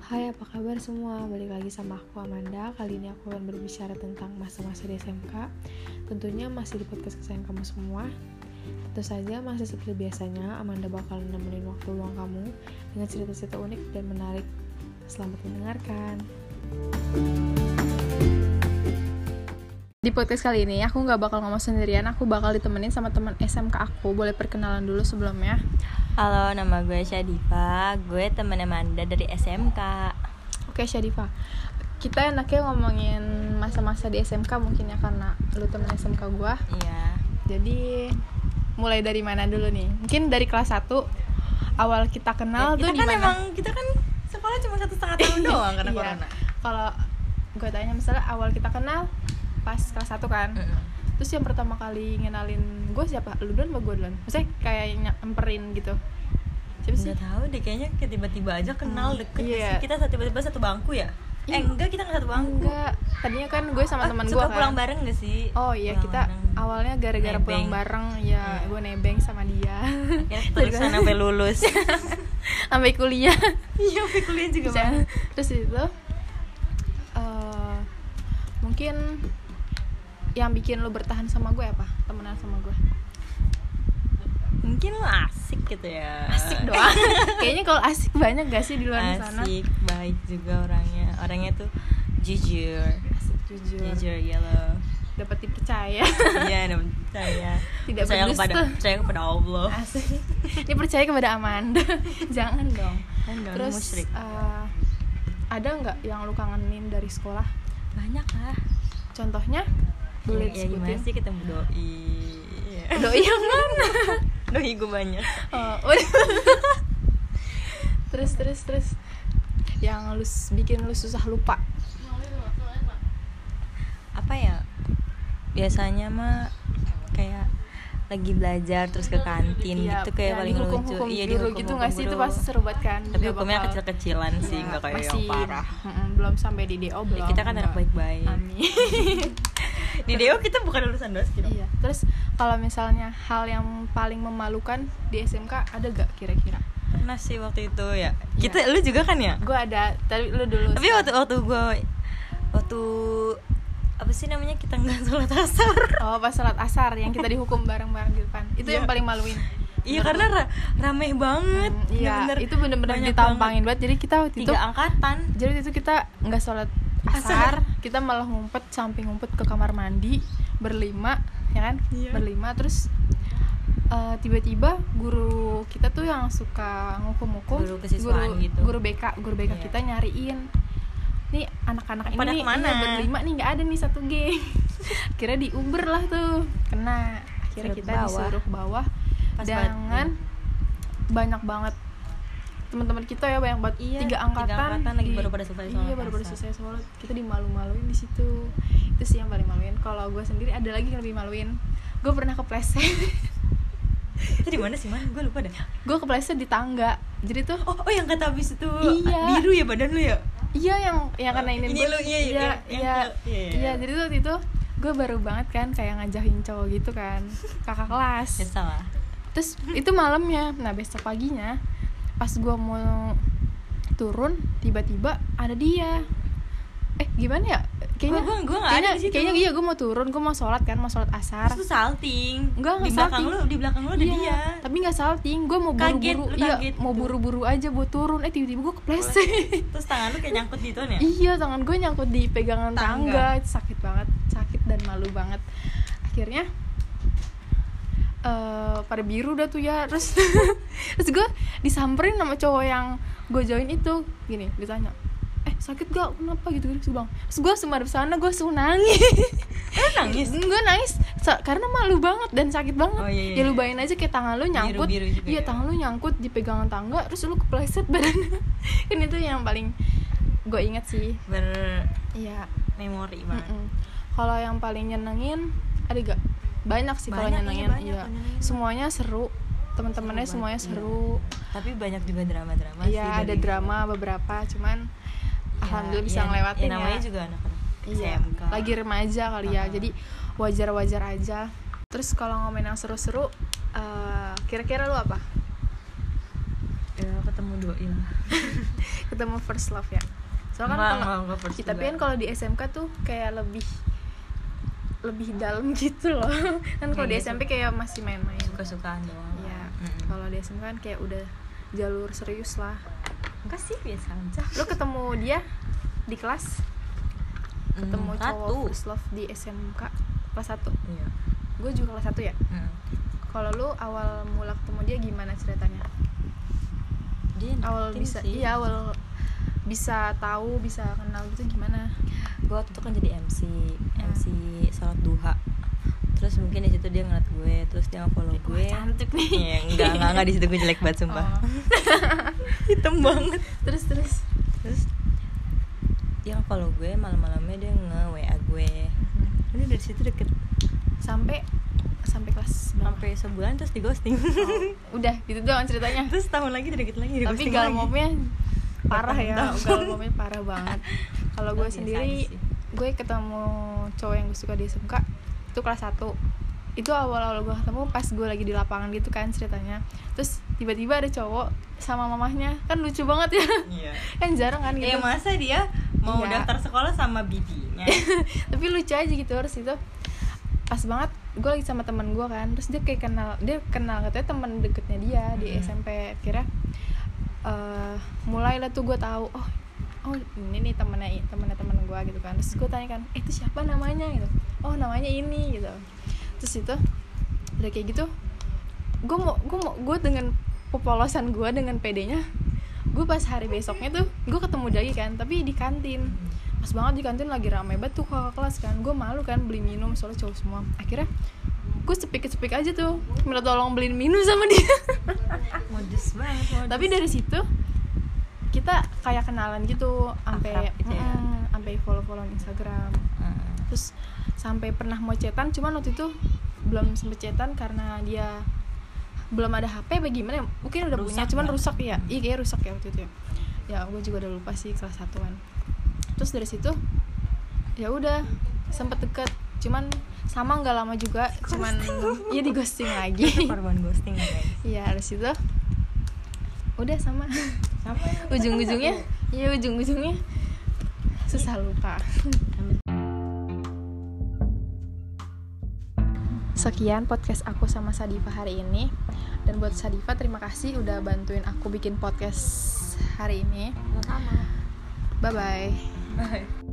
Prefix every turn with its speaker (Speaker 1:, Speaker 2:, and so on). Speaker 1: Hai apa kabar semua, balik lagi sama aku Amanda Kali ini aku akan berbicara tentang masa-masa di SMK Tentunya masih di podcast kesayangan kamu semua Tentu saja masih seperti biasanya Amanda bakal nemenin waktu luang kamu Dengan cerita-cerita unik dan menarik Selamat mendengarkan
Speaker 2: Di podcast kali ini aku nggak bakal ngomong sendirian, aku bakal ditemenin sama teman SMK aku. Boleh perkenalan dulu sebelumnya.
Speaker 3: Halo, nama gue Syadifa. Gue temen Amanda dari SMK.
Speaker 2: Oke, Syadifa. Kita enaknya ngomongin masa-masa di SMK mungkin ya karena lu temen SMK gua.
Speaker 3: Iya.
Speaker 2: Jadi mulai dari mana dulu nih? Mungkin dari kelas 1 awal kita kenal tuh
Speaker 3: kita
Speaker 2: di
Speaker 3: kan
Speaker 2: mana?
Speaker 3: emang kita kan sekolah cuma satu setengah tahun doang karena
Speaker 2: Iya.
Speaker 3: corona.
Speaker 2: Kalau gue tanya misalnya awal kita kenal pas kelas 1 kan.
Speaker 3: Mm-mm.
Speaker 2: Terus yang pertama kali ngenalin gue siapa? Lu duluan apa gue duluan? Maksudnya kayak nyamperin gitu. Siapa sih?
Speaker 3: Nggak tahu deh kayaknya kayak tiba-tiba aja kenal deket
Speaker 2: Iya.
Speaker 3: sih. Kita satu- tiba-tiba satu bangku ya?
Speaker 2: Iya.
Speaker 3: Eh enggak, kita nggak satu bangku.
Speaker 2: Enggak, tadinya kan gue sama
Speaker 3: Ah,
Speaker 2: teman gue
Speaker 3: suka
Speaker 2: kan.
Speaker 3: pulang bareng gak sih?
Speaker 2: Oh iya,
Speaker 3: Pulang
Speaker 2: kita
Speaker 3: bareng.
Speaker 2: awalnya gara-gara pulang
Speaker 3: Nebeng.
Speaker 2: bareng ya
Speaker 3: Iya.
Speaker 2: gue nebeng sama dia. Iya,
Speaker 3: Akhirnya terusan Iya, sampai lulus.
Speaker 2: sampai kuliah.
Speaker 3: Iya, sampai kuliah juga
Speaker 2: Terus, ya?
Speaker 3: bareng.
Speaker 2: terus itu eh, mungkin yang bikin lo bertahan sama gue apa? Temenan sama gue.
Speaker 3: Mungkin lo asik gitu ya.
Speaker 2: Asik doang. Kayaknya kalau asik banyak gak sih di luar sana?
Speaker 3: Asik, baik juga orangnya. Orangnya tuh jujur.
Speaker 2: Asik jujur.
Speaker 3: Jujur yellow.
Speaker 2: Dapat dipercaya.
Speaker 3: Iya, dan percaya.
Speaker 2: Tidak
Speaker 3: percaya
Speaker 2: berdusta.
Speaker 3: kepada percaya kepada Allah.
Speaker 2: Asik. Ini percaya kepada Amanda. Jangan dong. Terus
Speaker 3: Terus musyrik.
Speaker 2: eh, ada nggak yang lu kangenin dari sekolah?
Speaker 3: banyak lah.
Speaker 2: Contohnya boleh
Speaker 3: Boleh ya, gimana
Speaker 2: disebutin?
Speaker 3: sih ketemu doi? Iya.
Speaker 2: Doi yang mana?
Speaker 3: doi gue banyak.
Speaker 2: Oh, udah. terus terus terus yang lu s- bikin lu susah lupa.
Speaker 3: Apa ya? Biasanya mah kayak lagi belajar terus ke kantin
Speaker 2: Iya,
Speaker 3: gitu kayak
Speaker 2: ya,
Speaker 3: paling
Speaker 2: dihukum-
Speaker 3: lucu.
Speaker 2: hukum
Speaker 3: Iya,
Speaker 2: guru
Speaker 3: dihukum-
Speaker 2: gitu
Speaker 3: hukum
Speaker 2: nggak sih itu
Speaker 3: guru.
Speaker 2: pasti seru banget kan.
Speaker 3: Tapi
Speaker 2: Nggak
Speaker 3: hukumnya
Speaker 2: bakal-
Speaker 3: kecil-kecilan sih,
Speaker 2: Iya,
Speaker 3: nggak kayak yang
Speaker 2: masih-
Speaker 3: parah.
Speaker 2: Mm-mm, belum sampai di DO belum.
Speaker 3: Ya, kita kan anak
Speaker 2: nggak.
Speaker 3: baik-baik.
Speaker 2: Amin.
Speaker 3: Di Deo kita bukan lulusan doski dong.
Speaker 2: iya. Terus kalau misalnya hal yang paling memalukan di SMK ada gak kira-kira?
Speaker 3: Pernah sih waktu itu ya.
Speaker 2: Iya.
Speaker 3: Kita lu juga kan ya?
Speaker 2: Gue ada, tapi lu dulu.
Speaker 3: tapi waktu waktu gue waktu apa sih namanya kita nggak sholat asar
Speaker 2: Oh pas sholat asar yang kita dihukum bareng-bareng di depan Itu
Speaker 3: Iya.
Speaker 2: yang paling maluin
Speaker 3: iya karena ra- ramai banget
Speaker 2: Hmm, Iya
Speaker 3: Bener-bener
Speaker 2: itu bener-bener
Speaker 3: banyak
Speaker 2: ditampangin banget. Jadi kita
Speaker 3: banget.
Speaker 2: waktu itu
Speaker 3: tiga angkatan
Speaker 2: Jadi waktu itu kita nggak sholat asar,
Speaker 3: Asar.
Speaker 2: Kita malah ngumpet sampai ngumpet ke kamar mandi Berlima ya kan
Speaker 3: Iya.
Speaker 2: Berlima terus eh, tiba-tiba guru kita tuh yang suka ngukum-ngukum
Speaker 3: Guru kesiswaan gitu.
Speaker 2: guru BK guru BK
Speaker 3: Iya.
Speaker 2: kita nyariin nih anak-anak ini
Speaker 3: Pada
Speaker 2: nih,
Speaker 3: kemana?
Speaker 2: iya, berlima nih nggak ada nih satu geng kira di Uber lah tuh kena akhirnya
Speaker 3: Suruh
Speaker 2: kita
Speaker 3: ke bawah.
Speaker 2: disuruh ke bawah
Speaker 3: Pas banget,
Speaker 2: dengan banyak banget teman-teman kita ya banyak banget
Speaker 3: Iya,
Speaker 2: tiga
Speaker 3: tiga
Speaker 2: angkatan,
Speaker 3: angkatan lagi
Speaker 2: di-
Speaker 3: baru pada selesai sholat
Speaker 2: iya baru baru
Speaker 3: asar.
Speaker 2: selesai sholat kita dimalu-maluin di situ itu sih yang paling maluin kalau gue sendiri ada lagi yang lebih maluin gue pernah kepleset
Speaker 3: itu di mana sih man gue lupa dah
Speaker 2: gue kepleset di tangga jadi tuh
Speaker 3: oh oh yang kata habis itu
Speaker 2: Iya.
Speaker 3: biru ya badan lu ya
Speaker 2: Iya yang yang karena ini
Speaker 3: Ini
Speaker 2: iya
Speaker 3: lu, iya, yang- yang
Speaker 2: iya
Speaker 3: ke- iya, iya.
Speaker 2: iya jadi tuh waktu itu gue baru banget kan kayak ngajakin cowok gitu kan kakak
Speaker 3: ya
Speaker 2: kelas
Speaker 3: salah
Speaker 2: terus itu malamnya nah besok paginya pas gue mau turun tiba-tiba ada dia eh gimana ya kayaknya
Speaker 3: Gua- gua- gua nggak ada
Speaker 2: kayaknya,
Speaker 3: di situ.
Speaker 2: kayaknya iya gue mau turun gue mau sholat kan mau sholat asar
Speaker 3: terus lu salting
Speaker 2: Enggak, enggak
Speaker 3: di belakang
Speaker 2: salting.
Speaker 3: lu di belakang lu ada
Speaker 2: Iya,
Speaker 3: dia
Speaker 2: tapi nggak salting gue mau
Speaker 3: Kaget,
Speaker 2: buru-buru
Speaker 3: lu
Speaker 2: iya
Speaker 3: kaget
Speaker 2: mau
Speaker 3: gitu.
Speaker 2: buru-buru aja buat turun eh tiba-tiba gue kepleset
Speaker 3: terus tangan lu kayak nyangkut di itu ya
Speaker 2: Iya, tangan gue nyangkut di pegangan tangga.
Speaker 3: Tangga.
Speaker 2: Itu sakit banget, sakit dan malu banget. Akhirnya eh pada biru dah tuh ya. Terus terus gue disamperin sama cowok yang gue join itu. Gini, ditanya eh sakit gak kenapa gitu gitu bang terus gue semarap sana gue langsung nangis
Speaker 3: Eh, nangis
Speaker 2: gue nangis sa- karena malu banget dan sakit banget
Speaker 3: Oh, iya, iya,
Speaker 2: ya lu
Speaker 3: iya.
Speaker 2: bayangin aja kayak tangan lu nyangkut
Speaker 3: Biru-biru juga
Speaker 2: iya
Speaker 3: ya.
Speaker 2: tangan lu nyangkut di pegangan tangga terus lu kepleset badan kan itu yang paling gue inget sih Iya.
Speaker 3: bermemori banget
Speaker 2: mm-mm. Kalau yang paling nyenengin ada gak? Banyak sih kalau
Speaker 3: Banyak, iya,
Speaker 2: nyenengin.
Speaker 3: banyak
Speaker 2: iya.
Speaker 3: yang nyenengin.
Speaker 2: Semuanya seru. Teman-temannya
Speaker 3: Seru
Speaker 2: semuanya
Speaker 3: banget, iya.
Speaker 2: seru.
Speaker 3: tapi banyak juga drama-drama sih
Speaker 2: Iya, ada
Speaker 3: dari-
Speaker 2: drama beberapa cuman
Speaker 3: Ya,
Speaker 2: alhamdulillah bisa
Speaker 3: iya,
Speaker 2: ngelewatin
Speaker 3: ya, namanya
Speaker 2: ya.
Speaker 3: juga anak-anak
Speaker 2: Iya.
Speaker 3: SMK.
Speaker 2: Lagi remaja kali ya.
Speaker 3: Uh-uh.
Speaker 2: Jadi wajar-wajar aja. Terus kalau ngomongin yang seru-seru eh, kira-kira lu apa?
Speaker 3: Ya, aku ketemu doi lah
Speaker 2: ketemu first love ya soalnya
Speaker 3: Enggak,
Speaker 2: kan kalau
Speaker 3: enggak, enggak first
Speaker 2: tapi
Speaker 3: love.
Speaker 2: kan kalau di SMK tuh kayak lebih lebih dalam gitu loh kan kalau di
Speaker 3: Iya, iya,
Speaker 2: SMP kayak masih main-main
Speaker 3: suka sukaan doang
Speaker 2: ya
Speaker 3: Mm-mm.
Speaker 2: kalau di SMK kan kayak udah jalur serius lah
Speaker 3: enggak sih biasa aja
Speaker 2: lo ketemu dia di kelas ketemu
Speaker 3: Mm,
Speaker 2: cowok first love di SMK kelas 1
Speaker 3: iya
Speaker 2: gue juga kelas 1 ya
Speaker 3: Mm.
Speaker 2: kalau lu awal mula ketemu dia gimana ceritanya
Speaker 3: dia
Speaker 2: awal
Speaker 3: deketin
Speaker 2: bisa
Speaker 3: sih.
Speaker 2: iya awal bisa tahu bisa kenal gitu gimana
Speaker 3: gue waktu itu kan jadi MC
Speaker 2: Ah.
Speaker 3: MC sholat duha terus mungkin di situ dia ngeliat gue terus dia nge-follow
Speaker 2: Wah,
Speaker 3: gue
Speaker 2: cantik nih.
Speaker 3: Iya, enggak enggak enggak di situ gue jelek banget sumpah
Speaker 2: Oh.
Speaker 3: hitam banget
Speaker 2: terus terus
Speaker 3: terus dia nge-follow gue malam-malamnya dia nge WA gue ini dari situ deket
Speaker 2: sampai sampai kelas berapa?
Speaker 3: sampai sebulan terus di ghosting
Speaker 2: Oh, udah gitu doang ceritanya
Speaker 3: terus tahun lagi udah deket lagi di
Speaker 2: tapi
Speaker 3: ghosting
Speaker 2: gal
Speaker 3: lagi.
Speaker 2: mopnya parah ya
Speaker 3: Bertahun-tahun.
Speaker 2: gal mopnya parah banget kalau gue
Speaker 3: Biasa
Speaker 2: sendiri
Speaker 3: aja sih.
Speaker 2: gue ketemu cowok yang gue suka di SMK itu kelas 1 itu awal-awal gue ketemu pas gue lagi di lapangan gitu kan ceritanya terus tiba-tiba ada cowok sama mamahnya kan lucu banget ya
Speaker 3: iya
Speaker 2: kan jarang kan gitu
Speaker 3: ya masa dia mau
Speaker 2: Iya.
Speaker 3: daftar sekolah sama bibinya
Speaker 2: tapi lucu aja gitu harus itu pas banget gue lagi sama teman gue kan terus dia kayak kenal dia kenal katanya teman deketnya dia di
Speaker 3: Hmm.
Speaker 2: SMP kira eh mulailah tuh gue tahu oh oh ini nih temennya temennya temen gue gitu kan terus gue tanya kan "Eh, itu siapa namanya gitu oh namanya ini gitu terus itu udah kayak gitu gue mau gue mau gue dengan pepolosan gue dengan pedenya gue pas hari besoknya tuh gue ketemu dia lagi kan tapi di kantin pas banget di kantin lagi ramai banget tuh kakak kelas kan gue malu kan beli minum soalnya cowok semua akhirnya gue sepik-sepik aja tuh minta tolong beliin minum sama dia
Speaker 3: modus banget modus.
Speaker 2: tapi dari situ kita kayak kenalan gitu sampai
Speaker 3: Akrab gitu ya.
Speaker 2: Mm-mm, sampai follow-followan Instagram
Speaker 3: Heeh.
Speaker 2: terus sampai pernah mau cetan cuman waktu itu belum sempet cetan karena dia belum ada HP bagaimana ya? mungkin udah
Speaker 3: Rusak
Speaker 2: punya cuman
Speaker 3: nggak?
Speaker 2: rusak ya iya kayaknya rusak ya waktu itu ya ya gue juga udah lupa sih kelas satuan terus dari situ ya udah sempet deket cuman sama nggak lama juga cuman ya di ghosting lagi
Speaker 3: korban ghosting ya guys
Speaker 2: Iya, harus itu. Udah sama.
Speaker 3: sama ya.
Speaker 2: Ujung-ujungnya, ya ujung-ujungnya susah lupa. Sekian podcast aku sama Sadifa hari ini. Dan buat Sadifa terima kasih udah bantuin aku bikin podcast hari ini.
Speaker 3: sama
Speaker 2: Bye bye.
Speaker 3: bye